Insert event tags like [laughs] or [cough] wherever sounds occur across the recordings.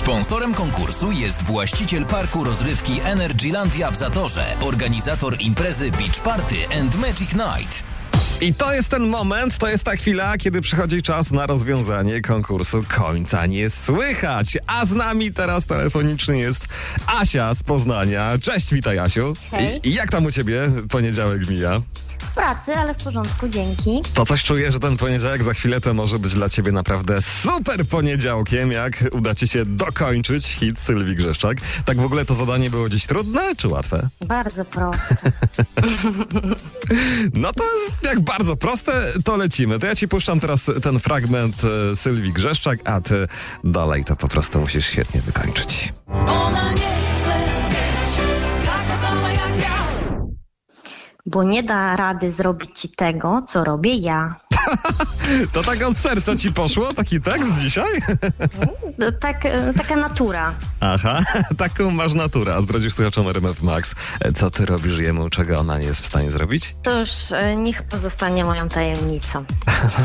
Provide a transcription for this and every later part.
Sponsorem konkursu jest właściciel parku rozrywki Energylandia w Zatorze, organizator imprezy Beach Party and Magic Night. I to jest ten moment, to jest ta chwila, kiedy przychodzi czas na rozwiązanie konkursu Końca Nie Słychać. A z nami teraz telefonicznie jest Asia z Poznania. Cześć, witaj Asiu. Hej. I, i jak tam u ciebie poniedziałek mija? W pracy, ale w porządku, dzięki. To coś czuję, że ten poniedziałek za chwilę to może być dla ciebie naprawdę super poniedziałkiem, jak uda ci się dokończyć hit Sylwii Grzeszczak. Tak w ogóle to zadanie było dziś trudne czy łatwe? Bardzo prosto. [laughs] No to jak bardzo proste, to lecimy. To ja ci puszczam teraz ten fragment e, Sylwii Grzeszczak, a ty dalej to po prostu musisz świetnie wykończyć. Ona nie chce być taka sama jak ja. Bo nie da rady zrobić ci tego, co robię ja. To tak od serca ci poszło taki tekst dzisiaj? No, tak, e, taka natura. Aha, [laughs] taką masz naturę. A zdradzisz słuchaczom RMF Max, e, co ty robisz jemu, czego ona nie jest w stanie zrobić? [laughs] To już e, niech pozostanie moją tajemnicą.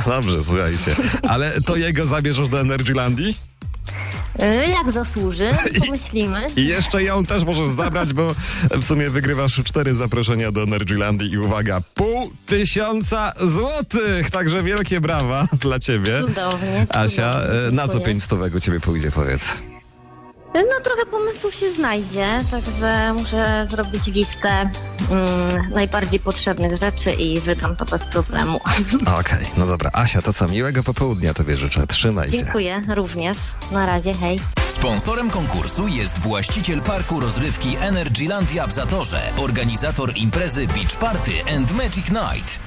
Dobrze, słuchajcie. Ale to jego zabierzesz do Energylandii? E, Jak [laughs] zasłuży, pomyślimy. I jeszcze ją też możesz zabrać, bo w sumie wygrywasz cztery zaproszenia do Energylandii i uwaga, pół tysiąca złotych! Także wielkie brawa dla ciebie. Cudownie. Asia, cudownie, e, na co dziękuję. pięć stówek u ciebie pójdzie, powiedz. E, No trochę pomysłów się znajdzie, także muszę zrobić listę mm, najbardziej potrzebnych rzeczy i wydam to bez problemu. [laughs] Okej, no dobra. Asia, to co, miłego popołudnia tobie życzę. Trzymaj się. Dziękuję również. Na razie, hej. Sponsorem konkursu jest właściciel parku rozrywki Energylandia w Zatorze, organizator imprezy Beach Party and Magic Night.